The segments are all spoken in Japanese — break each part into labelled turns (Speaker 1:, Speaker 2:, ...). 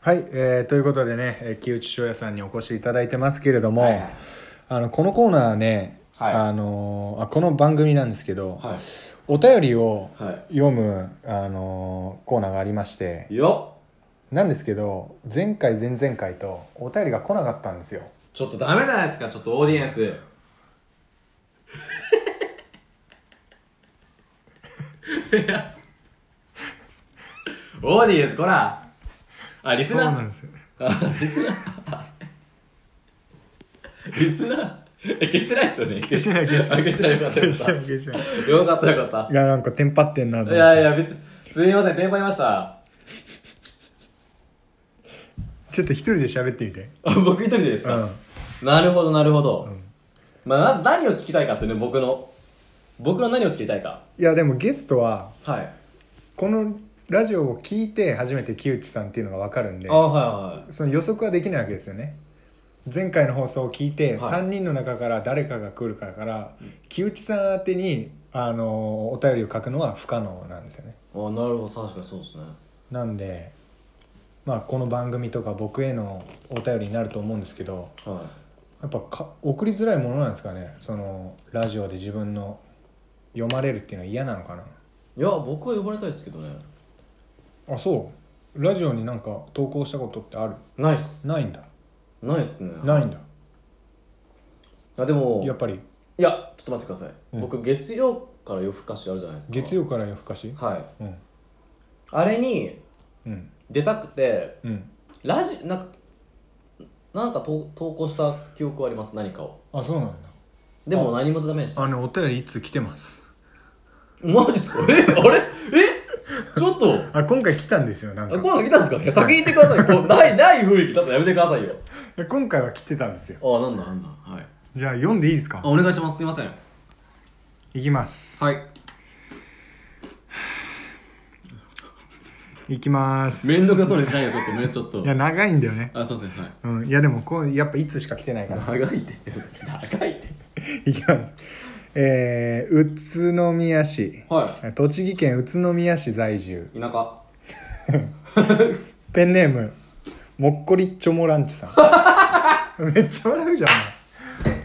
Speaker 1: はい、えーということでね、えー木内翔也さんにお越しいただいてますけれども、
Speaker 2: はいはい
Speaker 1: あのこのコーナーはね、
Speaker 2: はい
Speaker 1: あのーあこの番組なんですけど、
Speaker 2: は
Speaker 1: お便りを
Speaker 2: い。は
Speaker 1: 読む、あのーコーナーがありまして
Speaker 2: い。よっ
Speaker 1: なんですけど前回前々回とお便りが来なかったんですよ
Speaker 2: ちょっとダメじゃないですか、ちょっとオーディエンス。オーディエンス、こらあ、リスナー
Speaker 1: ですよ
Speaker 2: あ、リスナーリスナーえ、消してないっすよね。消
Speaker 1: してない消してない
Speaker 2: あ消してない。よかったよかった。よかったよかっ
Speaker 1: いやなんかテンパってんなと思
Speaker 2: た。
Speaker 1: っ
Speaker 2: い
Speaker 1: て
Speaker 2: やいや、びっすみません、電波いました。
Speaker 1: ちょっと一人で喋ってみて
Speaker 2: あ僕一人でです
Speaker 1: う
Speaker 2: か、
Speaker 1: ん
Speaker 2: なるほどなるほど、
Speaker 1: ん
Speaker 2: まあ、まず何を聞きたいかですよね僕の僕の何を聞きたいか
Speaker 1: いやでもゲストは
Speaker 2: はい
Speaker 1: このラジオを聞いて初めて木内さんっていうのが分かるんで
Speaker 2: あはいはい
Speaker 1: その予測はできないわけですよね前回の放送を聞いて、
Speaker 2: はい
Speaker 1: 3人の中から誰かが来るからから木内さん宛てにあのお便りを書くのは不可能なんですよね
Speaker 2: あなるほど確かにそうですね
Speaker 1: なんでまあこの番組とか僕へのお便りになると思うんですけど
Speaker 2: は
Speaker 1: やっぱか送りづらいものなんですかねそのラジオで自分の読まれるっていうのは嫌なのかない
Speaker 2: いや僕は呼ばれたいですけどね
Speaker 1: あそうラジオになんか投稿したことってある
Speaker 2: ないっす
Speaker 1: ないんだ
Speaker 2: ないっすね
Speaker 1: ないんだ
Speaker 2: あでも
Speaker 1: やっぱり
Speaker 2: いやちょっと待ってください、
Speaker 1: うん
Speaker 2: 僕月曜から夜更かしあるじゃないですか
Speaker 1: 月曜から夜更かし
Speaker 2: はい
Speaker 1: うん
Speaker 2: あれに
Speaker 1: うん
Speaker 2: 出たくて
Speaker 1: うん
Speaker 2: ラジなんかなんか投投稿した記憶はあります何かを
Speaker 1: あそうなんだ
Speaker 2: でも何もダメでした
Speaker 1: あのお便りいつ来てます
Speaker 2: マジっすかえあれえちょっと
Speaker 1: あ今回来たんですよなん
Speaker 2: あ
Speaker 1: か
Speaker 2: コーナー来たんですかね先に言ってくださいこうないない雰囲気出すのやめてくださいよ
Speaker 1: え今回は来てたんですよ
Speaker 2: ああなんだなんだはい
Speaker 1: じゃあ読んでいいですか
Speaker 2: お願いしますすいませんはい
Speaker 1: きますいきます
Speaker 2: 面倒くさそうにしないよちょっとねちょっと
Speaker 1: いや長いんだよね
Speaker 2: あすいませんはい
Speaker 1: うんいやでもこうやっぱいつしか来てないから
Speaker 2: 長いって長いって
Speaker 1: いきますえー、宇都宮市
Speaker 2: は
Speaker 1: 栃木県宇都宮市在住
Speaker 2: い田舎
Speaker 1: ペンネームもっこりチョモランチさん めっちゃ笑うじゃん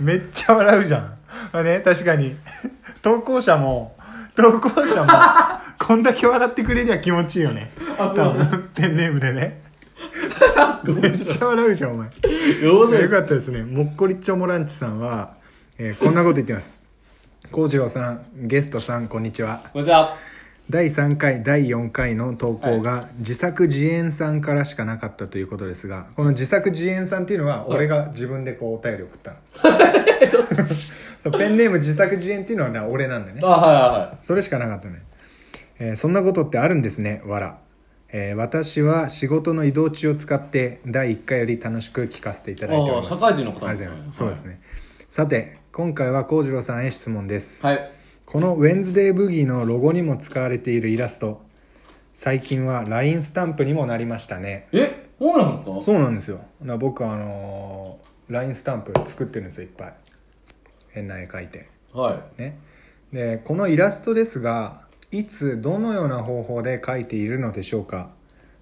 Speaker 1: お前めっちゃ笑うじゃんまあね確かに 投稿者も投稿者も こんだけ笑ってくれりゃ気持ちいいよね
Speaker 2: あ
Speaker 1: 多分ペンネームでね めっちゃ笑うじゃんお前
Speaker 2: よ
Speaker 1: よかったですねもっこりチョモランチさんは、えーこんなこと言ってます幸次郎さんゲストさんこんにちは
Speaker 2: こんにちは
Speaker 1: 第3回第4回の投稿が自作自演さんからしかなかったということですがこの自作自演さんっていうのは俺が自分でこうお便り送ったの そうペンネーム自作自演っていうのはね俺なんだよね
Speaker 2: あはいはいはい
Speaker 1: それしかなかったね、えーそんなことってあるんですねわら、えー私は仕事の移動中を使って第1回より楽しく聞かせていただいてお
Speaker 2: あ
Speaker 1: り
Speaker 2: あ
Speaker 1: ます
Speaker 2: 社会人の方
Speaker 1: あ
Speaker 2: なん
Speaker 1: り
Speaker 2: で
Speaker 1: が
Speaker 2: す
Speaker 1: とうござい
Speaker 2: ね
Speaker 1: ますそうですねさて今回は幸次郎さんへ質問です
Speaker 2: はい
Speaker 1: このウェンズデーブギーのロゴにも使われているイラスト最近は LINE スタンプにもなりましたね
Speaker 2: えそうなんですか
Speaker 1: そうなんですよな僕あのー LINE スタンプ作ってるんですよいっぱい変な絵描いて
Speaker 2: はい
Speaker 1: ねでこのイラストですがいつどのような方法で描いているのでしょうか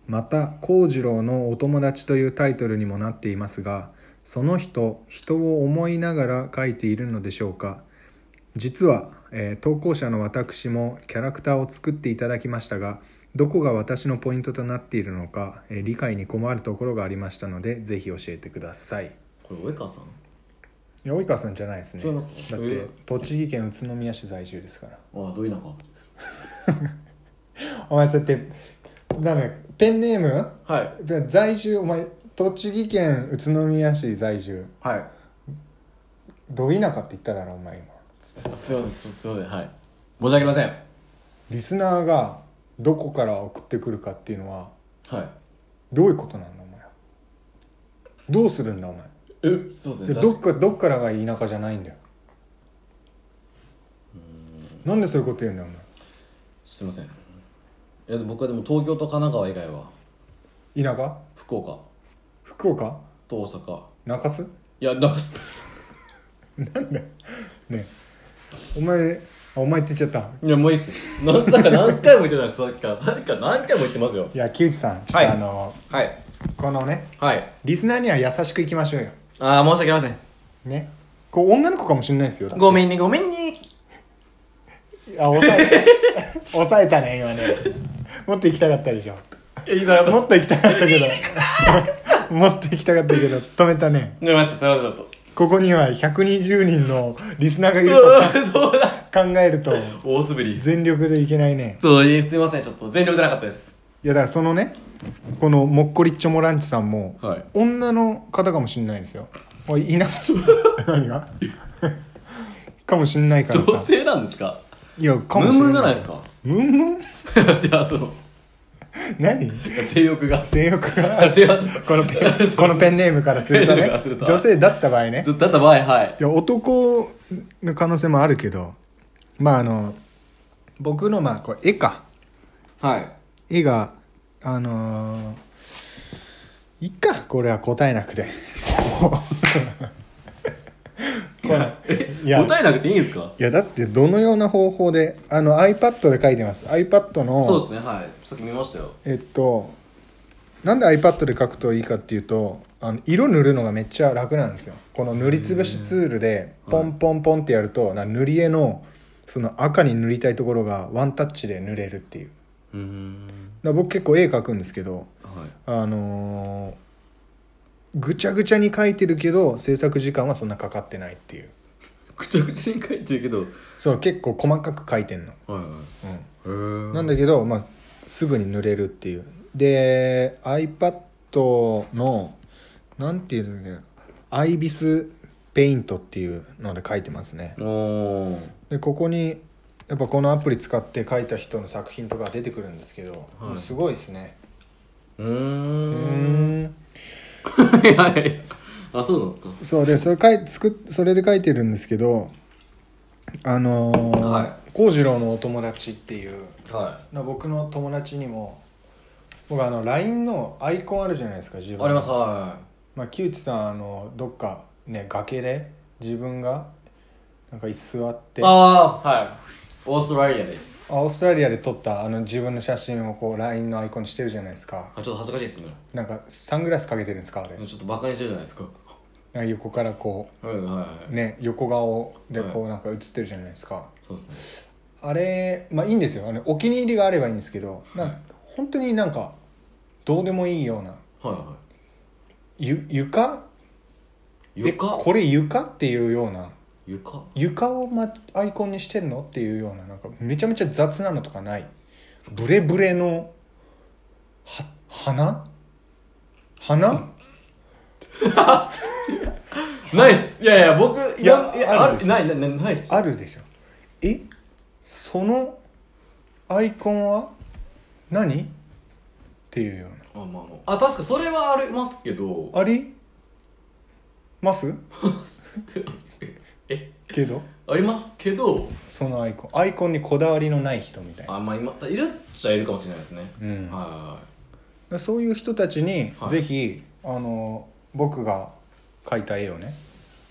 Speaker 1: また「幸次郎のお友達」というタイトルにもなっていますがその人人を思いながら描いているのでしょうか実は、えー投稿者の私もキャラクターを作っていただきましたがどこが私のポイントとなっているのか、えー理解に困るところがありましたのでぜひ教えてください
Speaker 2: これ及川さん
Speaker 1: いや及川さんじゃないですね
Speaker 2: 違いますか
Speaker 1: だって、
Speaker 2: え
Speaker 1: 栃木県宇都宮市在住ですから
Speaker 2: ああどういう仲
Speaker 1: お前そうやってだねペンネーム
Speaker 2: はい
Speaker 1: 在住お前栃木県宇都宮市在住
Speaker 2: はい
Speaker 1: ど田舎って言っただろお前今
Speaker 2: すいませんちょっとすいませんはい申し訳ありません
Speaker 1: リスナーがどこから送ってくるかっていうのは
Speaker 2: はい
Speaker 1: どういうことなんだお前どうするんだお前
Speaker 2: えそうです
Speaker 1: で
Speaker 2: ね
Speaker 1: どっかどっからが田舎じゃないんだよなんでそういうこと言うんだよお
Speaker 2: すいませんいや僕はでも東京と神奈川以外は
Speaker 1: 前田舎
Speaker 2: 福岡
Speaker 1: 福岡
Speaker 2: と大阪
Speaker 1: 中洲
Speaker 2: いやなんか
Speaker 1: なんだよねえお前あお前って言っちゃった
Speaker 2: いやもういいっすよなんだか何回も言ってないですさっきからさっきから何回も言ってますよ
Speaker 1: いや木内さんちょっと、
Speaker 2: はい
Speaker 1: あの
Speaker 2: はい
Speaker 1: このね
Speaker 2: はい
Speaker 1: リスナーには優しくいきましょうよ
Speaker 2: ああ申し訳ありません
Speaker 1: ねこう女の子かもしれないですよだって
Speaker 2: ごめんねごめんね
Speaker 1: あ抑え た抑えたね今ねもっと行きたかったでしょ
Speaker 2: えいざやっ
Speaker 1: もっと行きたかったけど もっと行きたかったけど止めたね
Speaker 2: 出ましたすいませんちょっと
Speaker 1: ここには120人のリスナーがいる
Speaker 2: うわそうだ
Speaker 1: と考えると
Speaker 2: 大滑り
Speaker 1: 全力でいけないね
Speaker 2: そういえすいませんちょっと全力じゃなかったです
Speaker 1: いやだからそのねこのもっこりっちょもランチさんも、
Speaker 2: はい
Speaker 1: 女の方かもしれないですよおいいな 何が かもしれないから
Speaker 2: 女
Speaker 1: さ
Speaker 2: 性なんですか
Speaker 1: いやか
Speaker 2: ム
Speaker 1: も
Speaker 2: ン
Speaker 1: しれ
Speaker 2: ムンじゃ
Speaker 1: な
Speaker 2: ない
Speaker 1: い
Speaker 2: ですか
Speaker 1: ムンムン
Speaker 2: じゃあその
Speaker 1: 何
Speaker 2: 性欲 が
Speaker 1: 性欲が
Speaker 2: 性欲が
Speaker 1: このペ ンこのペンネームからすると
Speaker 2: ペンネー
Speaker 1: ね
Speaker 2: ムからすると
Speaker 1: 女性だった場合ね
Speaker 2: ちょっとだった場合はい
Speaker 1: いや男の可能性もあるけどまああの僕のまあこう絵か
Speaker 2: はい
Speaker 1: 絵があのーいっかこれは答えなくて このいや
Speaker 2: 答えなくていいんですか
Speaker 1: いやだってどのような方法であの iPad で書いてます iPad の
Speaker 2: そうですねはいさっき見ましたよ
Speaker 1: えっとなんで iPad で書くといいかっていうとあの色塗るのがめっちゃ楽なんですよこの塗りつぶしツールでポンポンポンってやると、な塗り絵のその赤に塗りたいところがワンタッチで塗れるっていうだか
Speaker 2: うーん
Speaker 1: ら僕結構絵描くんですけど
Speaker 2: はい
Speaker 1: あのーぐちゃぐちゃに描いてるけど制作時間はそんなかかってないっていう
Speaker 2: くちゃくちゃに書いてるけど
Speaker 1: そう結構細かく描いてんの、
Speaker 2: はいはい
Speaker 1: うん、
Speaker 2: へー
Speaker 1: なんだけど、まあ、すぐに塗れるっていうで iPad のなんていうんだっけなアイビスペイントっていうので書いてますね
Speaker 2: おー
Speaker 1: でここにやっぱこのアプリ使って書いた人の作品とか出てくるんですけど、
Speaker 2: はい
Speaker 1: もうすごいですね
Speaker 2: う
Speaker 1: う
Speaker 2: ーん
Speaker 1: ーん
Speaker 2: はいはいあそうなんですか
Speaker 1: そうでそれ書い作っそれで書いてるんですけどあのー
Speaker 2: は
Speaker 1: 幸次郎のお友達っていう
Speaker 2: は
Speaker 1: な僕の友達にも僕あの LINE のアイコンあるじゃないですか自分の
Speaker 2: ありますは
Speaker 1: まあ、木内さんあのどっかね崖で自分がなんか椅子座って
Speaker 2: いああはいオーストラリアです
Speaker 1: あオーストラリアで撮ったあの自分の写真をこう LINE のアイコンにしてるじゃないですか
Speaker 2: あちょっと恥ずかしいですね
Speaker 1: なんかサングラスかけてるんですかあれ
Speaker 2: ちょっとバカにしてるじゃないですか
Speaker 1: なんか横からこ
Speaker 2: はいはいは
Speaker 1: う
Speaker 2: い
Speaker 1: ね横顔でこ
Speaker 2: は
Speaker 1: うなんか映ってるじゃないですか、
Speaker 2: そうですね
Speaker 1: あれまあいいんですよあのお気に入りがあればいいんですけどなん
Speaker 2: はい
Speaker 1: 本当になんかどうでもいいような
Speaker 2: はいは
Speaker 1: ゆ床
Speaker 2: い
Speaker 1: え
Speaker 2: 床
Speaker 1: これ床っていうような
Speaker 2: 床
Speaker 1: 床を、ま、アイコンにしてんのっていうようななんかめちゃめちゃ雑なのとかないブレブレのは花花
Speaker 2: ないっすいやいや僕いや
Speaker 1: いや
Speaker 2: いや
Speaker 1: あ
Speaker 2: あ
Speaker 1: るで
Speaker 2: る
Speaker 1: しょ
Speaker 2: ないないないないっす
Speaker 1: あるでしょえそのアイコンは何っていうよう
Speaker 2: あ,、まあまあ、あ確かそれはありますけど
Speaker 1: なあります
Speaker 2: え
Speaker 1: けど
Speaker 2: ありますけど
Speaker 1: そのアイコンアイコンにこだわりのない人みたいな、
Speaker 2: あまあ今いるっちゃいるかもしれないですね
Speaker 1: うん
Speaker 2: はいはいはい
Speaker 1: だそういう人たちに、
Speaker 2: はい
Speaker 1: ぜひあの僕が描いた絵をね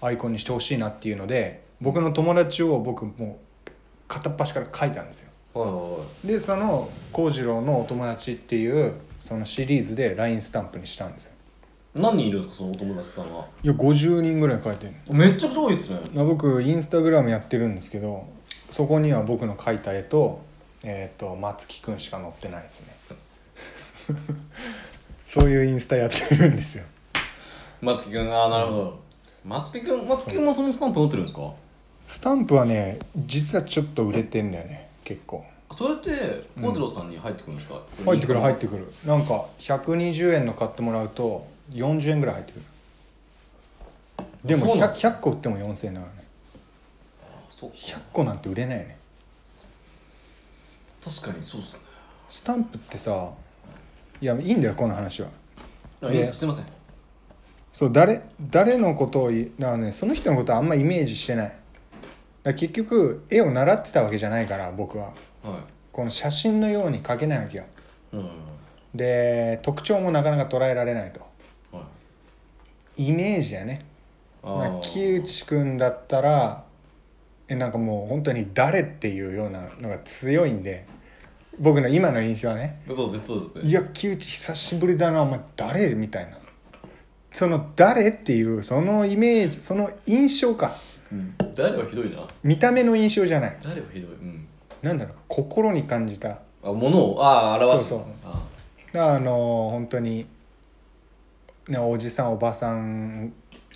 Speaker 1: アイコンにしてほしいなっていうので僕の友達を僕もう片っ端から描いたんですよ
Speaker 2: はいはいはい
Speaker 1: でその幸次郎のお友達っていうそのシリーズで LINE スタンプにしたんですよ
Speaker 2: 何人いるんですかそのお友達さんはい
Speaker 1: や50人ぐらい描いてる
Speaker 2: めっちゃくちゃ多いですね
Speaker 1: な僕インスタグラムやってるんですけどそこには僕の描いた絵とえっ、と松木くんしか載ってないですね そういうインスタやってるんですよ
Speaker 2: 松木君あなるほど松木君松木君もそのスタンプ持ってるんですか
Speaker 1: スタンプはね実はちょっと売れてんだよね結構
Speaker 2: そうやって幸次郎さんに入ってくるんですか、
Speaker 1: 入ってくる入っててくるなんか120円の買ってもらうと40円ぐらい入ってくるでも
Speaker 2: そうなん
Speaker 1: 100,
Speaker 2: で
Speaker 1: 100個売っても4000円だからね
Speaker 2: そう
Speaker 1: 100個なんて売れないよね
Speaker 2: 確かにそうっすね
Speaker 1: スタンプってさいやいいんだよこの話は
Speaker 2: あいいですか
Speaker 1: ね
Speaker 2: すいません
Speaker 1: そう誰誰のことをいだからねその人のことはあんまイメージしてないだから結局絵を習ってたわけじゃないから僕は
Speaker 2: は
Speaker 1: この写真のように描けないわけよ
Speaker 2: いうんはい
Speaker 1: で特徴もなかなか捉えられないとイメージやね
Speaker 2: あ
Speaker 1: まあ
Speaker 2: ー
Speaker 1: 木内くんだったらえなんかもう本当に誰っていうようなのが強いんで僕の今の印象はね
Speaker 2: そうですねそうです
Speaker 1: い
Speaker 2: ね
Speaker 1: や木内久しぶりだなお前誰みたいなその誰っていうそのイメージその印象か
Speaker 2: うん誰はひどいな
Speaker 1: 見た目の印象じゃない
Speaker 2: 誰はひどいうん
Speaker 1: なんだろう心に感じた
Speaker 2: あ物をああ表す
Speaker 1: そうそう
Speaker 2: あ
Speaker 1: あの本当にねおじさんおばさん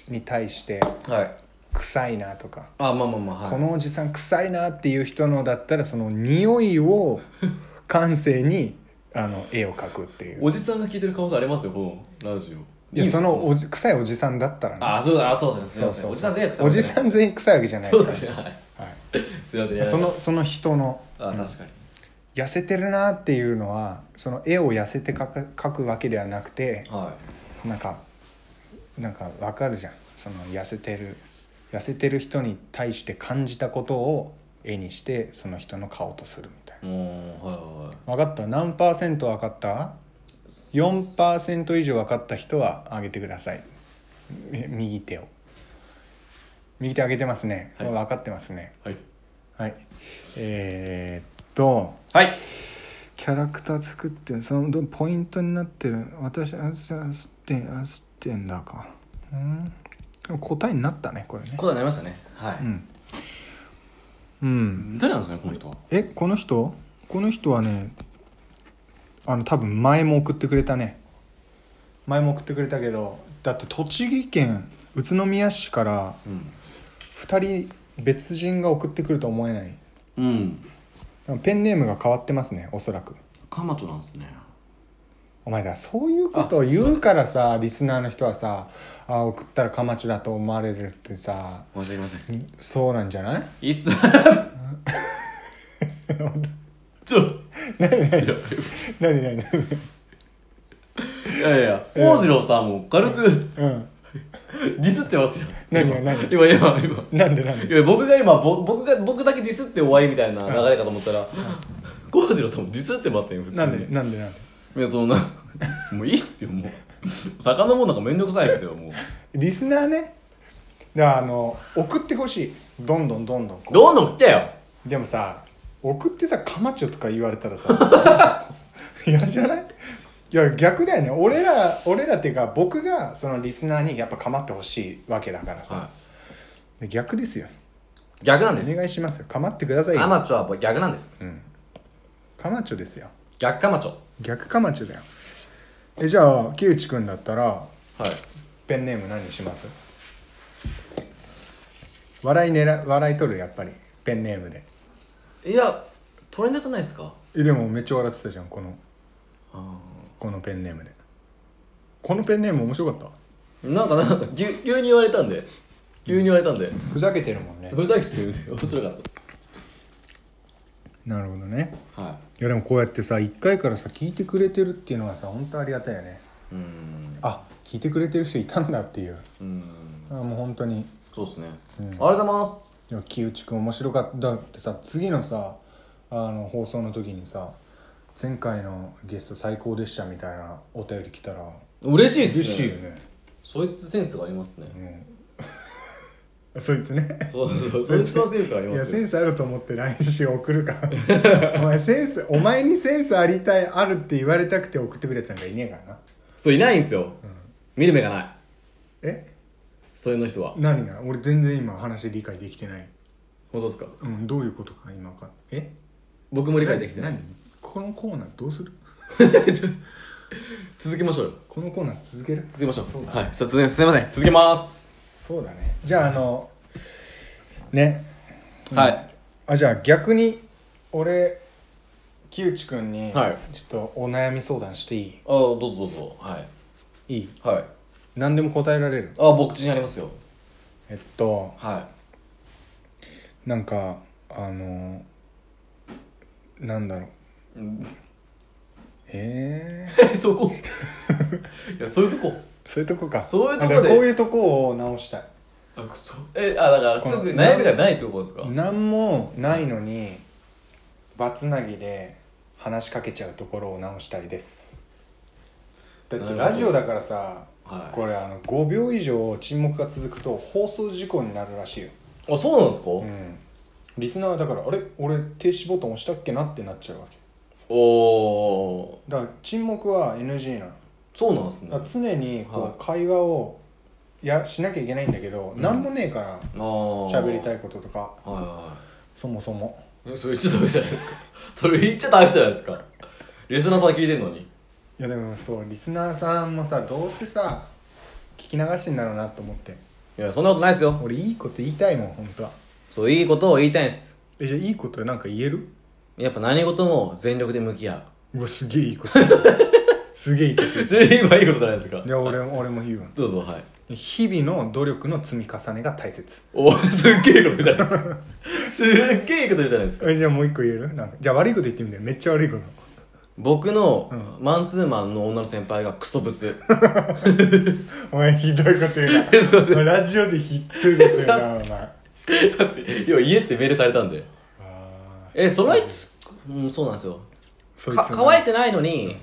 Speaker 1: に対して
Speaker 2: はい
Speaker 1: 臭いなとか、
Speaker 2: あまあまあまあはい
Speaker 1: このおじさん臭いなっていう人のだったらその匂い を感性にあの絵を描くっていう
Speaker 2: おじさんが聞いてる可能性ありますよこのラジ
Speaker 1: い
Speaker 2: オ
Speaker 1: や
Speaker 2: んです
Speaker 1: そ
Speaker 2: か
Speaker 1: のおじ臭いおじさんだったらね
Speaker 2: あそうだあそうです
Speaker 1: そ
Speaker 2: ね
Speaker 1: うそう
Speaker 2: おじさん全
Speaker 1: おじさん全員臭いわけじゃないです
Speaker 2: そう
Speaker 1: か
Speaker 2: ですねはい
Speaker 1: ら、はい
Speaker 2: すいません
Speaker 1: い
Speaker 2: い
Speaker 1: や
Speaker 2: や
Speaker 1: そのその人の
Speaker 2: あ確かに
Speaker 1: 痩せてるなっていうのはその絵を痩せて描く描くわけではなくて
Speaker 2: は
Speaker 1: なんかなんかわかるじゃんその痩せてる痩せてる人に対して感じたことを絵にしてその人の顔とするみたい
Speaker 2: いもうはいはいはい
Speaker 1: な分かった何パーセント分かった4パーセント以上分かった人は上げてくださいみ右手を右手上げてますね、
Speaker 2: はい
Speaker 1: 分かってますね
Speaker 2: はい
Speaker 1: はいえーっと
Speaker 2: はい
Speaker 1: キャラクター作ってそのどポイントになってる私あすあすってんあすってんだかうん答えになったねこれね
Speaker 2: 答えになりましたねは
Speaker 1: う
Speaker 2: い
Speaker 1: ん、うん、
Speaker 2: 誰なんですかねこの人は
Speaker 1: えこの人この人はねあの多分前も送ってくれたね前も送ってくれたけどだって栃木県宇都宮市から
Speaker 2: うん
Speaker 1: 2人別人が送ってくると思えない
Speaker 2: うん
Speaker 1: ペンネームが変わってますねおそらく
Speaker 2: カマチョなんですね
Speaker 1: お前だそういうことを言うからさリスナーの人はさあ送ったらカマチョだと思われるってさ
Speaker 2: 申し訳ありません
Speaker 1: そうなんじゃない
Speaker 2: いいっすちょ
Speaker 1: 何何何何何
Speaker 2: いやいや大次郎さんも軽く
Speaker 1: うん
Speaker 2: ディスってますよ
Speaker 1: 何
Speaker 2: 今
Speaker 1: が何
Speaker 2: 今今今
Speaker 1: なんでなんで
Speaker 2: いや僕が今ぼ僕が僕だけディスって終わりみたいな流れかと思ったら 幸次郎さんもディスってません普通に
Speaker 1: なんでなんでなんで
Speaker 2: いやそんな もういいっすよもう魚もなんかめんどくさいっすよもう
Speaker 1: リスナーねだからあの送ってほしいどんどんどんどんこう
Speaker 2: どんどん来てよ
Speaker 1: でもさ送ってさカマチョとか言われたら さ嫌じゃないいや逆だよね俺ら俺らっていうか僕がそのリスナーにやっぱかまってほしいわけだからさ、で逆ですよ
Speaker 2: 逆なんで
Speaker 1: お
Speaker 2: す
Speaker 1: 願いしますよかまってください
Speaker 2: ア
Speaker 1: よ
Speaker 2: マチョは逆なんです
Speaker 1: うんかまちょですよ
Speaker 2: 逆カマチョ
Speaker 1: 逆かまちょだよえじゃあ木内くんだったら
Speaker 2: はい
Speaker 1: ペンネーム何にします笑い狙い笑い取るやっぱりペンネームで
Speaker 2: いや取れなくないですか
Speaker 1: えでもめっちゃ笑ってたじゃんこの
Speaker 2: あ
Speaker 1: このペンネームでこのペンネーム面白かった
Speaker 2: ーなんかなんか急急に言われたんで急に言われたんで
Speaker 1: ふざけてるもんね
Speaker 2: ふざけてるんで面白かっ
Speaker 1: なるほどね
Speaker 2: たはい
Speaker 1: やでもこうやってさ1回からさ聞いてくれてるっていうのはさ本当ありがたいよね
Speaker 2: いうん
Speaker 1: あ聞いてくれてる人いたんだっていう
Speaker 2: うん
Speaker 1: あもう本当に
Speaker 2: そうですね、
Speaker 1: うん
Speaker 2: ありがとうございます
Speaker 1: いや木内くん面白かっただってさ次のさあの放送の時にさ前回のゲスト最高でしたみたいなお便り来たら
Speaker 2: 嬉しいっすね
Speaker 1: 嬉しいよね、
Speaker 2: そいつセンスがありますね
Speaker 1: うん、そいつね
Speaker 2: そうそうそいつはセンスがあり
Speaker 1: い
Speaker 2: ま
Speaker 1: や
Speaker 2: す
Speaker 1: セ
Speaker 2: よ
Speaker 1: ンスあると思って来週送るから お前センスお前にセンスありたいあるって言われたくて送ってくるやつなんかいねえからな
Speaker 2: そういないんですよ、見る目がない
Speaker 1: え
Speaker 2: そういうの人は
Speaker 1: 何が俺全然今話理解できてない、
Speaker 2: 本当ですか
Speaker 1: うん、どういうことか今わかんえ
Speaker 2: 僕も理解できてないんです
Speaker 1: このコーナーどうする
Speaker 2: 続けましょうよ
Speaker 1: このコーナー続ける
Speaker 2: 続けましょう
Speaker 1: そうだ
Speaker 2: はいさすすいません続けます、
Speaker 1: そうだねじゃああのね
Speaker 2: はい
Speaker 1: あじゃあ逆に俺木内くんにちょ
Speaker 2: は
Speaker 1: っ
Speaker 2: い
Speaker 1: とお悩み相談していい、
Speaker 2: あどうぞどうぞはい
Speaker 1: い、いい
Speaker 2: はい
Speaker 1: 何でも答えられる
Speaker 2: あ僕ちにありますよ
Speaker 1: えっと
Speaker 2: は
Speaker 1: なんかあのなんだろう
Speaker 2: い、うん、
Speaker 1: ええ
Speaker 2: そこいやそういうとこ
Speaker 1: そういうとこか
Speaker 2: そういうとこ
Speaker 1: あ
Speaker 2: で
Speaker 1: だからこういうとこを直したい
Speaker 2: あくそえあだからす
Speaker 1: この
Speaker 2: ぐ悩みがないってことですか
Speaker 1: 何もないのにバツナギで話しかけちゃうところを直したいですだって
Speaker 2: なるほど
Speaker 1: ラジオだからさ
Speaker 2: はい
Speaker 1: これあの5秒以上沈黙が続くと放送事故になるらしいよ、
Speaker 2: あそうなんですか、
Speaker 1: うん、リスナーはだからあれ俺停止ボタン押したっけなってなっちゃうわけ
Speaker 2: おお
Speaker 1: だから沈黙は NG なの
Speaker 2: そうなんですね
Speaker 1: だから常にこ
Speaker 2: は
Speaker 1: う会話をやしなきゃいけないんだけど、
Speaker 2: うん
Speaker 1: 何もねえから喋
Speaker 2: 喋
Speaker 1: りた
Speaker 2: い
Speaker 1: いこととか
Speaker 2: はいは
Speaker 1: そもそも
Speaker 2: いえそれ言っちゃダメじゃないですか それ言っちゃダメじゃないですかリスナーさん聞いてんのに
Speaker 1: いやでもそうリスナーさんもさどうせさ聞き流してんだろうなと思って
Speaker 2: いやそんなことないですよ
Speaker 1: 俺いいこと言いたいもん本当は
Speaker 2: そういいことを言いたいんです
Speaker 1: えじゃあいいことなんか言える
Speaker 2: やっぱ何事も全力で向き合
Speaker 1: うわすげえいい ことすげえいいこと
Speaker 2: うそれ 今いいことじゃないですか
Speaker 1: じゃあ俺俺も言うわ
Speaker 2: どうぞはい
Speaker 1: 日々の努力の積み重ねが大切
Speaker 2: おすっげえいいことじゃないですかすっげえいいことじゃないですか
Speaker 1: えじゃあもう一個言えるなんかじゃあ悪いこと言ってみてめっちゃ悪いこと
Speaker 2: 僕の
Speaker 1: う
Speaker 2: マンツーマンの女の先輩がクソブス
Speaker 1: お前ひどいこと言うな
Speaker 2: えすいません
Speaker 1: お前ラジオでひどいこと言うなお前あ
Speaker 2: 要は家ってメールされたんで
Speaker 1: あ
Speaker 2: えそのいつ、うん、そうなんですよ
Speaker 1: そいつ
Speaker 2: か可愛くないのに、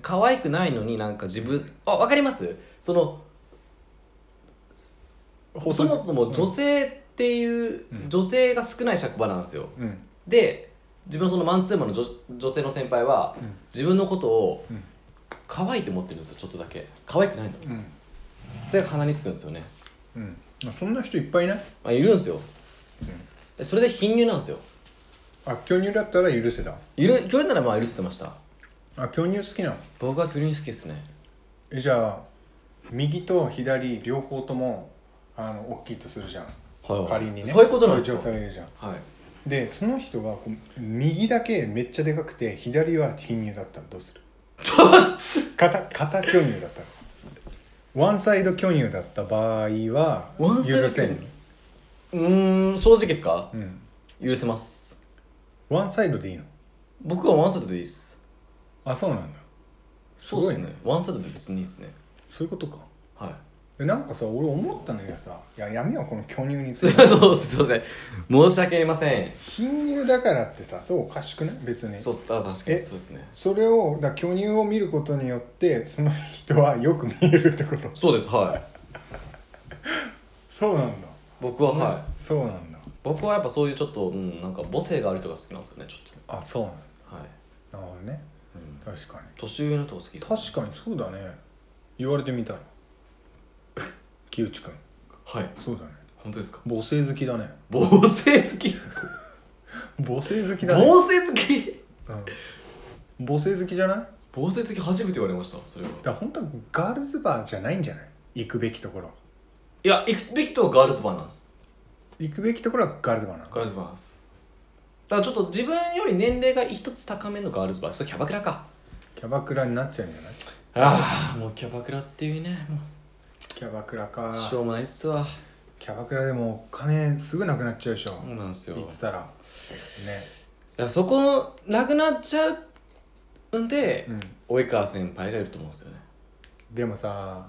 Speaker 2: 可愛くないのになんか自分あわかりますその
Speaker 1: ほ
Speaker 2: そもそも女性っていう、
Speaker 1: うん
Speaker 2: 女性が少ない職場なんですよ
Speaker 1: うん
Speaker 2: で自分のそのマンツーマンの女女性の先輩は、
Speaker 1: うん
Speaker 2: 自分のことを
Speaker 1: うん
Speaker 2: 可愛いと思ってるんですよちょっとだけ可愛くないのに
Speaker 1: うん
Speaker 2: それが鼻につくんですよね、
Speaker 1: うんまあそんな人いっぱいいない
Speaker 2: まあ、いるんですよ、でそれで貧乳なんですよ
Speaker 1: あ巨乳だったら許せだ
Speaker 2: ゆる去年ならまあ許せてました
Speaker 1: あ巨乳好きなの
Speaker 2: 僕は巨乳好きですね
Speaker 1: えじゃあ右と左両方ともあの大きいとするじゃん
Speaker 2: はいはい
Speaker 1: 仮にね
Speaker 2: そういうことなんですか
Speaker 1: そういう女性いるじゃん
Speaker 2: はい
Speaker 1: でその人がこう右だけめっちゃでかくて左は貧乳だったらどうする
Speaker 2: ちょっつ
Speaker 1: 片片巨乳だったらワンサイド巨乳だった場合は
Speaker 2: ワンサイド巨乳
Speaker 1: 許せん
Speaker 2: うーん正直ですか
Speaker 1: うん
Speaker 2: 許せます
Speaker 1: ワンサイドでいいの
Speaker 2: 僕はワンサイドでいいです
Speaker 1: あそうなんだす
Speaker 2: そう
Speaker 1: ご
Speaker 2: で
Speaker 1: い
Speaker 2: す
Speaker 1: ね
Speaker 2: ねワンサイドで別にいいですね
Speaker 1: そういうことか
Speaker 2: はい
Speaker 1: えなんかさ俺思ったんだけどさいややめようこの巨乳につ
Speaker 2: そう
Speaker 1: いて
Speaker 2: そうですそうです申し訳ありません
Speaker 1: 貧乳だからってさそうおかしくない別に
Speaker 2: そうっすあ確か
Speaker 1: え
Speaker 2: にそうですね
Speaker 1: それをだ巨乳を見ることによってその人はよく見えるってこと
Speaker 2: そうですはい
Speaker 1: そうなんだ
Speaker 2: 僕ははい
Speaker 1: そうなんだ
Speaker 2: 僕はやっぱそういうちょっとうんなんか母性がある人が好きなんですよねちょっ
Speaker 1: あそうなんだ
Speaker 2: とはい、
Speaker 1: なるほどね
Speaker 2: うん、
Speaker 1: 確かに
Speaker 2: 年上の人が好きです
Speaker 1: 確かにそうだね言われてみたい木内くん
Speaker 2: はい
Speaker 1: そうだね
Speaker 2: 本当ですか
Speaker 1: 母性好きだね
Speaker 2: 母性好き
Speaker 1: 母性好きだね
Speaker 2: 母性好き
Speaker 1: うん母性好きじゃないだか
Speaker 2: 防性的初めて言われましたそれは
Speaker 1: ら本当はガールズバーじゃないんじゃない行くべきところ
Speaker 2: いや行くべきとこガールズバーなんです
Speaker 1: 行くべきところはガールズバーなの
Speaker 2: ガールズバーなんですだからちょっと自分より年齢が一つ高めのガールズバーそれキャバクラか
Speaker 1: キャバクラになっちゃうんじゃない
Speaker 2: ああもうキャバクラっていうねも
Speaker 1: キャバクラ
Speaker 2: う
Speaker 1: か
Speaker 2: しょうもないっすわ
Speaker 1: キャバクラでもお金すぐなくなっちゃうでしょ、
Speaker 2: そうなんですよ
Speaker 1: 行ってたらね
Speaker 2: だからそこのなくなっちゃうんで、
Speaker 1: うん
Speaker 2: 及川先輩がいると思うんですよね
Speaker 1: でもさ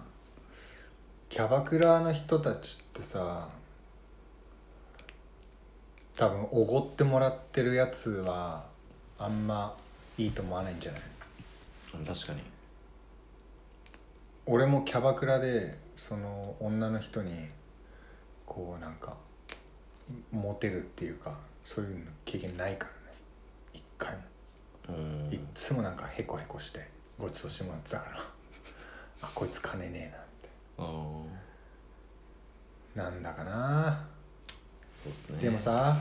Speaker 1: キャバクラの人たちってさ多分おごってもらってるやつはあんまいいと思わないんじゃない
Speaker 2: うん確かに
Speaker 1: 俺もキャバクラでその女の人にこうなんかモテるっていうかそういうの経験ないからね一回も。
Speaker 2: うーん
Speaker 1: いっつもなんかへこへこしてごちそうしてもらってたから あこいつ金ねえなって
Speaker 2: あー
Speaker 1: なんだかな
Speaker 2: そうっすね
Speaker 1: でもさ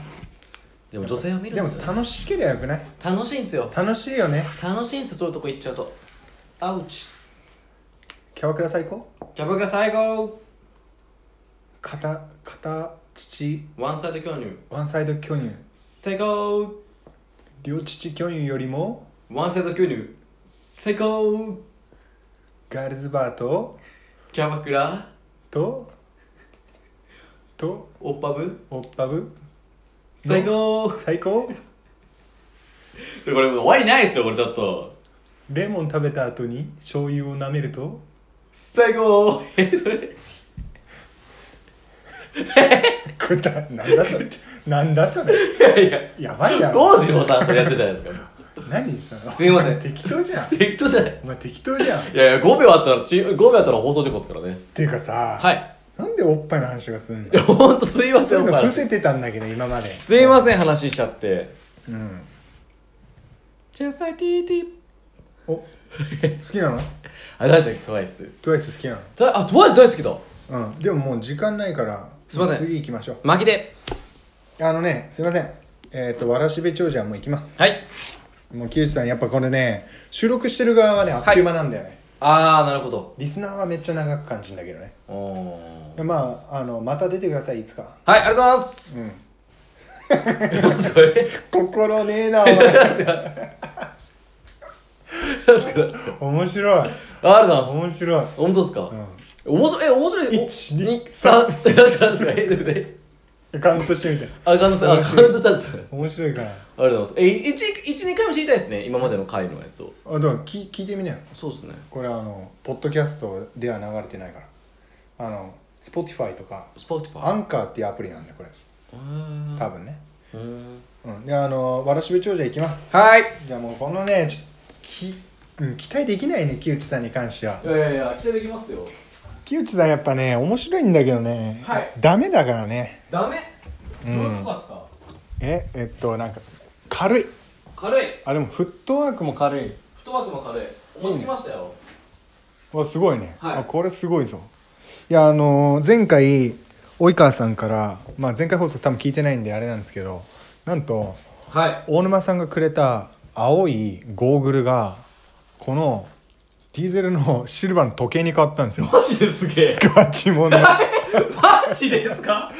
Speaker 2: でも女性は見るん
Speaker 1: で
Speaker 2: で
Speaker 1: も
Speaker 2: すよ、ね、
Speaker 1: 楽しければよくない
Speaker 2: 楽しいんですよ
Speaker 1: 楽しいよね
Speaker 2: 楽しいんですよそういうとこ行っちゃうとアウチ
Speaker 1: キャバクラ最高
Speaker 2: キャバクラ最高
Speaker 1: 片片父
Speaker 2: ワンサイド巨乳
Speaker 1: ワンサイド巨乳
Speaker 2: 最高
Speaker 1: 両父巨乳よりも
Speaker 2: ワンサイド巨乳最高
Speaker 1: ガールズバーと
Speaker 2: キャバクラ
Speaker 1: とと
Speaker 2: オッパブ
Speaker 1: おっぱぶ
Speaker 2: 最高
Speaker 1: 最高
Speaker 2: ちょこれもう終わりないですよこれちょっと
Speaker 1: レモン食べた後に醤油を舐めると
Speaker 2: 最高えそれ
Speaker 1: くだなんだそれなんだそれ
Speaker 2: いやいや
Speaker 1: やばいだろ
Speaker 2: ゴージもさそれやってたじゃないですか
Speaker 1: 何その
Speaker 2: すいません
Speaker 1: 適当じゃん
Speaker 2: 適当じゃない
Speaker 1: お前適当じゃんっ
Speaker 2: いやいや5秒あったらち5秒あったら放送事故ですからね
Speaker 1: ていうかさ、
Speaker 2: はい
Speaker 1: なんでおっぱいの話がすんの
Speaker 2: いやほんとすいませ
Speaker 1: そ
Speaker 2: ん
Speaker 1: ういうの
Speaker 2: お前
Speaker 1: 伏せてたんだけど今まです
Speaker 2: いません話しちゃって
Speaker 1: うん
Speaker 2: Just like TT
Speaker 1: お好きなの
Speaker 2: あ大好きトワイス
Speaker 1: ?TWICE 好きなの
Speaker 2: あトワイス大好きだ
Speaker 1: うん、でももう時間ないから
Speaker 2: すいません
Speaker 1: 次行きましょ
Speaker 2: 巻きで
Speaker 1: うあのねすいませんえっ、とわらしべ長者はもう行きます、
Speaker 2: はい
Speaker 1: もう木内さんやっぱこれね収録してる側はねあっという間なんだよね、
Speaker 2: ああなるほど
Speaker 1: リスナーはめっちゃ長く感じるんだけどね
Speaker 2: お
Speaker 1: まああのまた出てくださいいつか
Speaker 2: はいありがとうございます、
Speaker 1: うん
Speaker 2: すごい
Speaker 1: 心ね えなお前面白い
Speaker 2: ありがとうございます
Speaker 1: 面白い、
Speaker 2: 本当ですか、
Speaker 1: う
Speaker 2: 面白いえ面白い
Speaker 1: 一二
Speaker 2: 三って感じなんですかえどれで
Speaker 1: ん、カウントしてみて
Speaker 2: あカウントしたあ
Speaker 1: 面白い
Speaker 2: カウントしたんですよ
Speaker 1: 面白いからあ
Speaker 2: ありがとうございますえ一一二回も知りたいですね今までの回のやつを
Speaker 1: だから聞聞いてみなよ
Speaker 2: そうですね
Speaker 1: これあのポッドキャストでは流れてないからあの Spotify とか
Speaker 2: スポーティフ
Speaker 1: ア
Speaker 2: ァイ
Speaker 1: ンカーっていうアプリなんだこれ
Speaker 2: うん
Speaker 1: 多分ね
Speaker 2: うん
Speaker 1: うんであのわらしべ長者いきます
Speaker 2: はい
Speaker 1: じゃあもうこのねちょっとき、うん、期待できないね木内さんに関してはい
Speaker 2: やいやいや期待できますよ
Speaker 1: 木内さんやっぱね面白いんだけどね、
Speaker 2: はい
Speaker 1: ダメだからね
Speaker 2: ダメ
Speaker 1: う
Speaker 2: ど
Speaker 1: ん
Speaker 2: ういうことですか
Speaker 1: ええっとなんか軽い
Speaker 2: 軽い
Speaker 1: あでもフットワークも軽い
Speaker 2: フットワークも軽い思ってきましたよ
Speaker 1: わすごいね、
Speaker 2: はい
Speaker 1: あこれすごいぞいやあのー前回及川さんから、まあ、前回放送多分聞いてないんであれなんですけどなんと
Speaker 2: はい
Speaker 1: 大沼さんがくれた青いゴーグルがこのディーゼルのシルバーの時計に変わったんですよ
Speaker 2: マジですげえ
Speaker 1: ガチモ ノ
Speaker 2: マジですか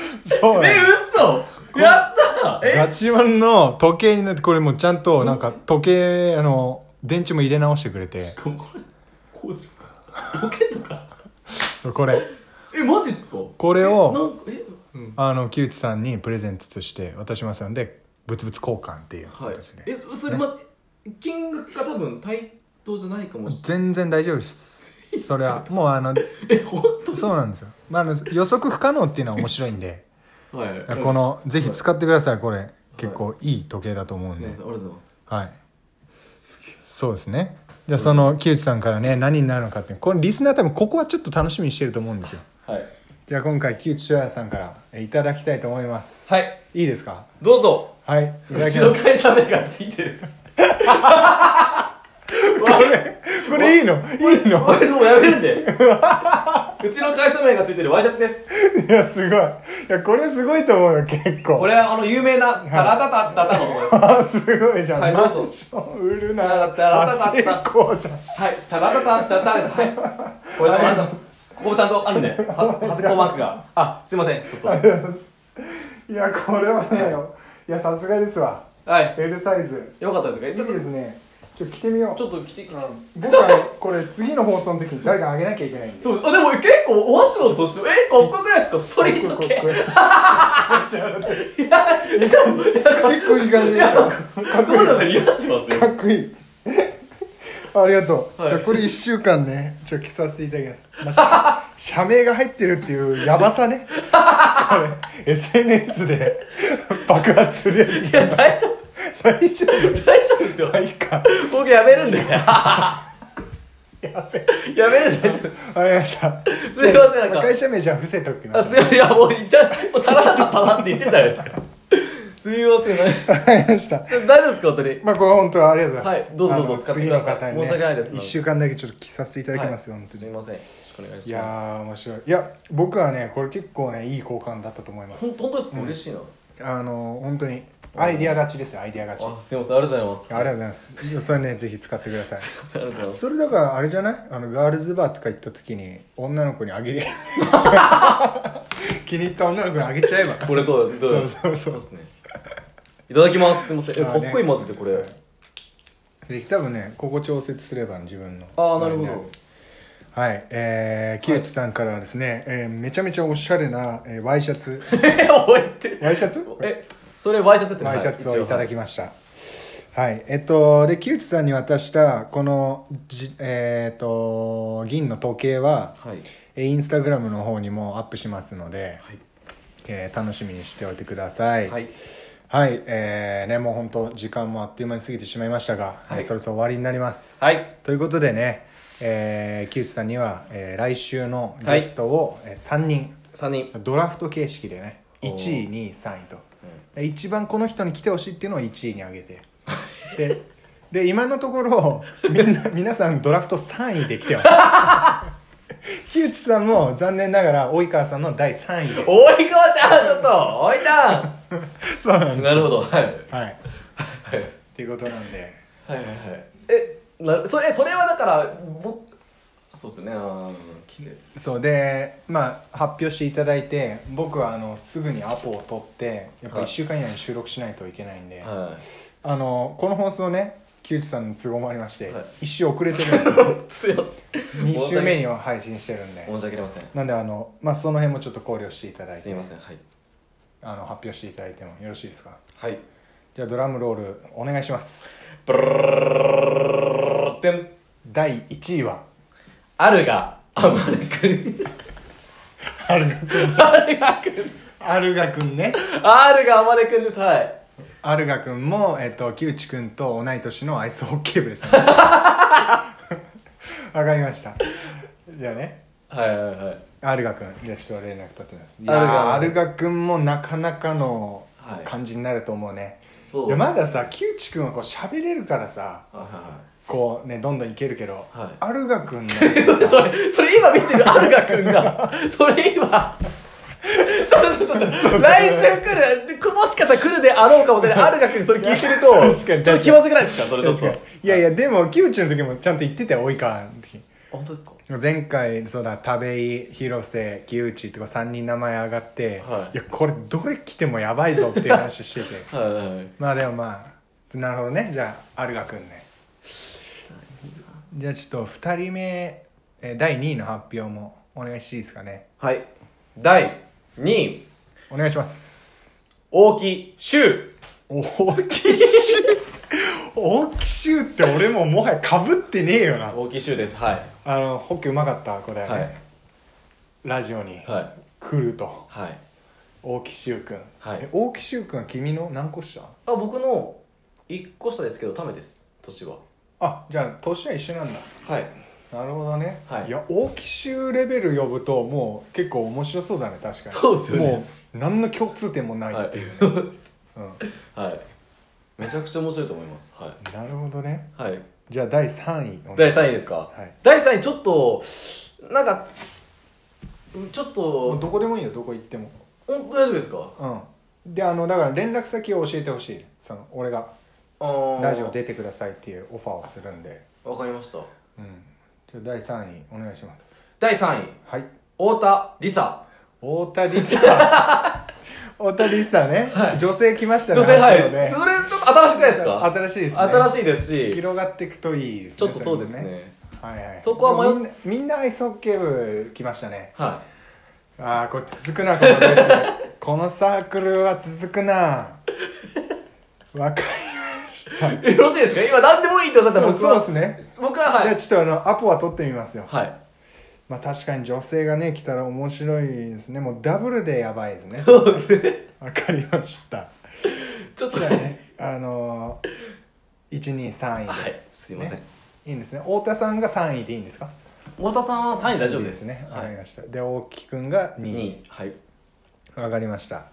Speaker 1: そう
Speaker 2: え
Speaker 1: ね
Speaker 2: 嘘やったえ
Speaker 1: ガチモノの時計になってこれもうちゃんとなんか時計あの電池も入れ直してくれて
Speaker 2: しかもこれコージさんボケとか
Speaker 1: これ
Speaker 2: えマジっすか
Speaker 1: これを
Speaker 2: えなんかえうん
Speaker 1: あの木内さんにプレゼントとして渡しますので物々交換っていう
Speaker 2: はい
Speaker 1: 形で、
Speaker 2: えそそれま金額が多分対等じゃないかもしれ
Speaker 1: 全然大丈夫ですそれはもうあの
Speaker 2: ないえ本
Speaker 1: そうなんですよ、まあ、あの予測不可能っていうのは面白いん で
Speaker 2: 当はい
Speaker 1: このぜひ使ってくださいこれ結構いい時計だと
Speaker 2: すい
Speaker 1: 思う
Speaker 2: ま
Speaker 1: ん
Speaker 2: せ
Speaker 1: で
Speaker 2: んありがとうございます
Speaker 1: はい
Speaker 2: すげえ
Speaker 1: そうですねじゃあその木内さんからね何になるのかってこれリスナー多分ここはちょっと楽しみにしてると思うんですよ
Speaker 2: はい
Speaker 1: じゃあ今回木内翔也さんからえいただきたいと思います
Speaker 2: はい
Speaker 1: いいですか
Speaker 2: どうぞ
Speaker 1: はいう
Speaker 2: ち
Speaker 1: ただき
Speaker 2: の
Speaker 1: ます
Speaker 2: 会社名がついて る
Speaker 1: これいいのいいの
Speaker 2: 俺もうやめるんでうちの会社名がついてるワイシャツで
Speaker 1: い
Speaker 2: す
Speaker 1: や、すごい。いや、これすごいと思うよ、結構。
Speaker 2: これはあの有名なタラタタタタのとこです
Speaker 1: あ、すごいじゃん。
Speaker 2: はいどうぞ
Speaker 1: マンション売る
Speaker 2: あ
Speaker 1: な。
Speaker 2: らったら
Speaker 1: あ、成功じゃん。
Speaker 2: はいタラタタタタですはいこれで皆さんここもちゃんとあるんで は長谷川マークがあすいませんちょっとはい
Speaker 1: いや、これはね、いや、さすがですわ。L サイズ。
Speaker 2: よかったですか
Speaker 1: いい
Speaker 2: ちょっと
Speaker 1: ですね。ちょっと着てみよう。
Speaker 2: ちょっと来て
Speaker 1: うん、僕はこれ、次の放送の時に誰かあげなきゃいけないんで。
Speaker 2: そうあでも結構お箸の年のえかっこよくないですかストリート系
Speaker 1: これこれこれめっちゃ笑ってる結構いい感じでしょか
Speaker 2: か
Speaker 1: っ
Speaker 2: っ
Speaker 1: こ
Speaker 2: こ
Speaker 1: い
Speaker 2: よ
Speaker 1: い
Speaker 2: くない似合ってます
Speaker 1: か
Speaker 2: よ
Speaker 1: っこいいありがとう、
Speaker 2: はい
Speaker 1: じゃあこれ1週間ねちょっと着させていただきます、まあ、し社名が入ってるっていうやばさねこれ SNS で爆発するやつ
Speaker 2: いや大丈夫です
Speaker 1: 大丈夫
Speaker 2: 大丈夫ですよ
Speaker 1: ないか
Speaker 2: 僕やめるんでや
Speaker 1: やべ
Speaker 2: めるんで大丈夫です
Speaker 1: わかりました
Speaker 2: すいませんなん
Speaker 1: まあ
Speaker 2: か
Speaker 1: 会社名じゃあ伏せときま
Speaker 2: あ
Speaker 1: す
Speaker 2: すいませんいやもういっちゃもうタラタタタラって言ってるじゃないですかすいません
Speaker 1: わかりました
Speaker 2: 大丈夫ですか本当に
Speaker 1: まあこれ本当はありがとうございます、
Speaker 2: はいどうぞどうぞ
Speaker 1: あの
Speaker 2: 使って
Speaker 1: 次
Speaker 2: くだ
Speaker 1: の
Speaker 2: さい
Speaker 1: 方にね
Speaker 2: 申し訳ないです
Speaker 1: 1週間だけちょっと着させていただきます、本当
Speaker 2: す
Speaker 1: に
Speaker 2: いませんよろしくお願い
Speaker 1: い
Speaker 2: し
Speaker 1: や
Speaker 2: ま
Speaker 1: ー面白いいや僕はねこれ結構ねいい交換だったと思います
Speaker 2: すほん本当ですか嬉しいな
Speaker 1: あの本当にアイディア勝ちですよアイディア勝ち
Speaker 2: あすいませんありがとうございます
Speaker 1: ありがとうございますそれねぜひ使ってください
Speaker 2: ありがとうございます
Speaker 1: それだからあれじゃないあのガールズバーとか行った時に女の子にあげる気に入った女の子にあげちゃえば
Speaker 2: これどうどう
Speaker 1: そうそうそう
Speaker 2: ですねいただきますすいませんえ
Speaker 1: あ
Speaker 2: か
Speaker 1: ー
Speaker 2: っ
Speaker 1: ね
Speaker 2: こいいマジでこれ
Speaker 1: ぜひ多分ねここ調節すれば自分の
Speaker 2: ああな
Speaker 1: あれ
Speaker 2: るほ
Speaker 1: に
Speaker 2: ど
Speaker 1: なるはいえー、木内さんからはですね、えーめちゃめちゃおしゃれな、えーワイシャ ツ
Speaker 2: え置いて
Speaker 1: ワイシャツ
Speaker 2: えそれワイシャツですね
Speaker 1: ワイシャツをいただ
Speaker 2: き
Speaker 1: きました。はい。えっと、で、木内さんに渡した、この、じえーっと、銀の時計は、
Speaker 2: はい
Speaker 1: えインスタグラムの方にもアップしますので、
Speaker 2: はい
Speaker 1: えー楽しみにしておいてください。。
Speaker 2: はいい
Speaker 1: はい。えーね、もう本当時間もあっという間に過ぎてしまいましたが、
Speaker 2: はい
Speaker 1: えーそろそろ終わりになります。
Speaker 2: はい
Speaker 1: ということでね、えー、木内さんには、えー来週のゲストを、え3人、
Speaker 2: 3人
Speaker 1: ドラフト形式でね、1
Speaker 2: おー
Speaker 1: 位、2位、3位と。一番この人に来てほしいっていうのを1位に上げてでで今のところみん な皆さんドラフト3位で来てます木内さんも残念ながら及川さんの第3位で
Speaker 2: おいこうちゃんちょっとおいちゃん
Speaker 1: そうなんです
Speaker 2: なるほどはい
Speaker 1: はい
Speaker 2: はい
Speaker 1: っていうことなんで
Speaker 2: はいはいはいえなそれそれはだから僕そうですねあーきれい
Speaker 1: そうでまあ発表していただいて僕はあのすぐにアポを取ってやっぱ
Speaker 2: は
Speaker 1: 1
Speaker 2: い
Speaker 1: 週間以内に収録しないといけないんで、
Speaker 2: はい
Speaker 1: あのこの放送ね木内さんの都合もありまして、
Speaker 2: はい
Speaker 1: 一周遅れてるんですよ
Speaker 2: すいません
Speaker 1: 2週目
Speaker 2: に
Speaker 1: には配信してるんで
Speaker 2: 申し訳ありません
Speaker 1: なんであのまあその辺もちょっと考慮していただい
Speaker 2: す
Speaker 1: て
Speaker 2: いませんはい
Speaker 1: あの発表していただいてもよろしいですか
Speaker 2: はい
Speaker 1: じゃあドラムロールお願いします
Speaker 2: ブルルルル
Speaker 1: 第1位は
Speaker 2: あるがあまるく
Speaker 1: アルガくん
Speaker 2: あるがくん
Speaker 1: アルガくんね
Speaker 2: あるがあまるくんですはい
Speaker 1: アルガくんも、えっと、木内くんと同い年のアイスホッケー部 ですねわかりましたじゃあね
Speaker 2: はいはいはい
Speaker 1: アルガくんじゃあちょっと連絡取ってみますい
Speaker 2: アルガ
Speaker 1: やーアルガくんもなかなかの
Speaker 2: はい
Speaker 1: 感じになると思うね、
Speaker 2: そう
Speaker 1: いやまださ木内くんはこう喋れるからさ
Speaker 2: はいはい
Speaker 1: こうねどんどんいけるけど、
Speaker 2: はい
Speaker 1: アルガくんね
Speaker 2: はいそれそれ今見てるアルガくんがそれ今ちょっとちょっとちょっと来週来るくもしかしたら来るであろうかもしれないアルガくんそれ聞いて る
Speaker 1: 確
Speaker 2: と
Speaker 1: かに確かに
Speaker 2: ちょっと気まずくないですか それちょっ
Speaker 1: 確
Speaker 2: と
Speaker 1: かにいやいやでも木内の時もちゃんと言ってたよ及川の時
Speaker 2: 本当ですか
Speaker 1: 前回そうだ田部井広瀬木内とか3人名前上がって、
Speaker 2: はい
Speaker 1: やこれどれ来てもやばいぞっていう話して て
Speaker 2: はいはいはい
Speaker 1: まあでもまあなるほどねじゃあアルガくんねじゃあちょっと2人目えー第2位の発表もお願いしていいですかね
Speaker 2: はい第2位
Speaker 1: お願いします
Speaker 2: 大木柊
Speaker 1: 大木州大木州って俺ももはやかぶってねえよな
Speaker 2: 大木柊ですはい
Speaker 1: あのホッケーうまかった子だよね、
Speaker 2: はい
Speaker 1: ラジオに
Speaker 2: はい
Speaker 1: 来ると
Speaker 2: はい
Speaker 1: 大木修君、
Speaker 2: はい
Speaker 1: え大木修君は君の何個下
Speaker 3: あ僕の1個下ですけどためです年は
Speaker 1: あじゃあ年は一緒なんだ
Speaker 2: はい
Speaker 1: なるほどね、
Speaker 3: はい
Speaker 1: や大木修レベル呼ぶともう結構面白そうだね確かに
Speaker 2: そうですよね
Speaker 1: もう何の共通点もない
Speaker 3: はい
Speaker 1: っていう、
Speaker 3: はいめちゃくちゃ面白いと思いますはい
Speaker 1: うん、なるほどね
Speaker 3: はい
Speaker 1: じゃあ第3位
Speaker 2: 第3位ですか、
Speaker 1: はい
Speaker 3: 第3位ちょっとなんかうんちょっ
Speaker 1: もう
Speaker 3: と
Speaker 1: どこでもいいよどこ行っても
Speaker 3: 本当大丈夫ですか
Speaker 1: うんであのだから連絡先を教えてほしいその俺が
Speaker 3: あー
Speaker 1: ラジオ出てくださいっていうオファーをするんで
Speaker 3: わかりました
Speaker 1: うんじゃあ第3位お願いします
Speaker 3: 第3位
Speaker 1: はい
Speaker 3: 太田梨沙
Speaker 1: 太田梨沙 太田梨沙ね、女性来ましたね
Speaker 3: 女性はい
Speaker 1: 初のね
Speaker 3: それちょっと新しくないですか
Speaker 1: 新しいですね
Speaker 3: 新しいですし
Speaker 1: 広がっていくといいですね
Speaker 3: ちょっとそうですね
Speaker 1: れもはいはい
Speaker 3: そこは迷っ
Speaker 1: でもみんなみんなアイスホッケー部来ましたね
Speaker 3: は
Speaker 1: ああこれ続くなこのグル ープこのサークルは続くなわかりました
Speaker 3: いよろしいですか今何でもいいとおっしゃった
Speaker 1: そう
Speaker 3: 僕
Speaker 1: そうで
Speaker 3: は
Speaker 1: すね
Speaker 3: 僕は
Speaker 1: じ
Speaker 3: は
Speaker 1: ゃあ
Speaker 3: い
Speaker 1: ちょっとあのアポは取ってみますよ
Speaker 3: はい
Speaker 1: まあ確かに女性がね来たら面白いですねもうダブルでやばいですね
Speaker 3: そうですね
Speaker 1: わかりました
Speaker 3: ちょっと
Speaker 1: じゃあねあのー、123位で、
Speaker 3: はいすいません、
Speaker 1: ねいいんですね太田さんが3位でいいんですか
Speaker 3: 太田さんは3位大丈夫です
Speaker 1: いいねわ
Speaker 3: は
Speaker 1: かり
Speaker 3: い
Speaker 1: ましたで大木くんが2位
Speaker 3: 二位はい
Speaker 1: わかりました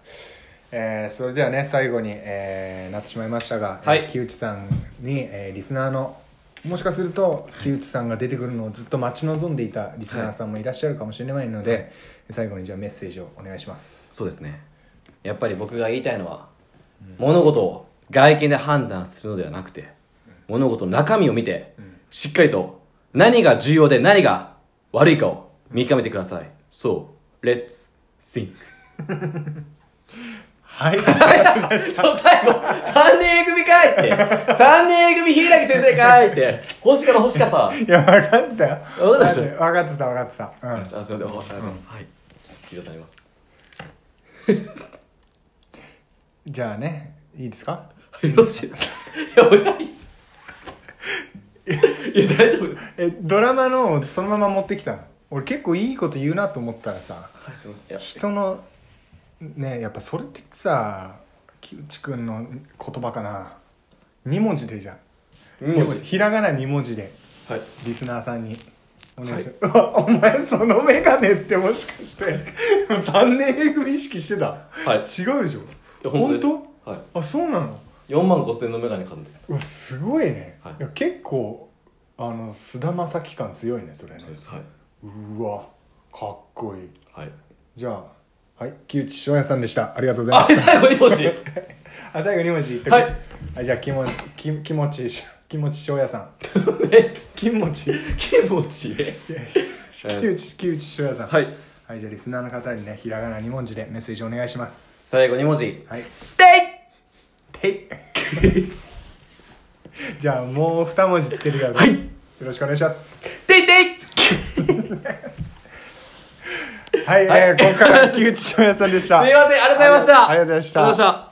Speaker 1: えー、それではね最後に、えーなってしまいましたが、
Speaker 3: はい
Speaker 1: えー木内さんに、えーリスナーのもしかすると木内さんが出てくるのをずっと待ち望んでいたリスナーさんもいらっしゃるかもしれないので、最後にじゃあメッセージをお願いします
Speaker 3: そうですねやっぱり僕が言いたいのは、物事を外見で判断するのではなくて、物事の中身を見て、しっかりと何が重要で何が悪いかを見極めてくださいそうレッツ think
Speaker 1: はい
Speaker 3: 最後3人組かいって3人組柊木先生かいって欲しかった欲しかった
Speaker 1: いや分かってたよ
Speaker 3: 分かってた
Speaker 1: 分かってた分かってた、うん
Speaker 3: あすいませんおありがとうございます、はい以上となります
Speaker 1: じゃあねいいですか
Speaker 3: よろしいですいや早いですいや大丈夫です
Speaker 1: えドラマのをそのまま持ってきたの俺結構いいこと言うなと思ったらさ
Speaker 3: はいすいませんいや
Speaker 1: 人のねやっぱそれってさ木内くんの言葉かな2文字でじゃん
Speaker 2: 二文字
Speaker 1: 二ひらがな2文字で
Speaker 3: はい
Speaker 1: リスナーさんにお願いします、うわお前その眼鏡ってもしかして3年 A 組意識してた
Speaker 3: はい
Speaker 1: 違うでし
Speaker 3: い
Speaker 1: ょ
Speaker 3: や本当です
Speaker 1: 本
Speaker 3: はい
Speaker 1: 当あそうなの
Speaker 2: 4万5千のメガネ買うんです
Speaker 1: うわすごいね、
Speaker 2: はい
Speaker 1: いや結構あの菅田将暉感強いねそれね
Speaker 2: はいう
Speaker 1: わかっこいい
Speaker 2: はい
Speaker 1: じゃあはい木内翔也さんでしたありがとうござい
Speaker 2: あ
Speaker 1: ました
Speaker 2: 最後に欲しい
Speaker 1: あ最後に文字言って
Speaker 2: はい
Speaker 1: じゃあ気持ち気持ち気持ち翔也さん
Speaker 2: えっ
Speaker 1: 気持ち
Speaker 2: 気持ちいい
Speaker 1: 木内木内翔也さん
Speaker 2: はい
Speaker 1: はいじゃあリスナーの方にねひらがな2文字でメッセージお願いします
Speaker 2: 最後2文字
Speaker 1: はい
Speaker 2: で
Speaker 1: てい じゃあもう2文字つけてください、よろしくお願いします
Speaker 2: いでいでい
Speaker 1: はい、えー、ここから木内翔也さんでした
Speaker 2: すいませんありがとうございまし た
Speaker 1: ありがとうございました
Speaker 2: ありがとうございました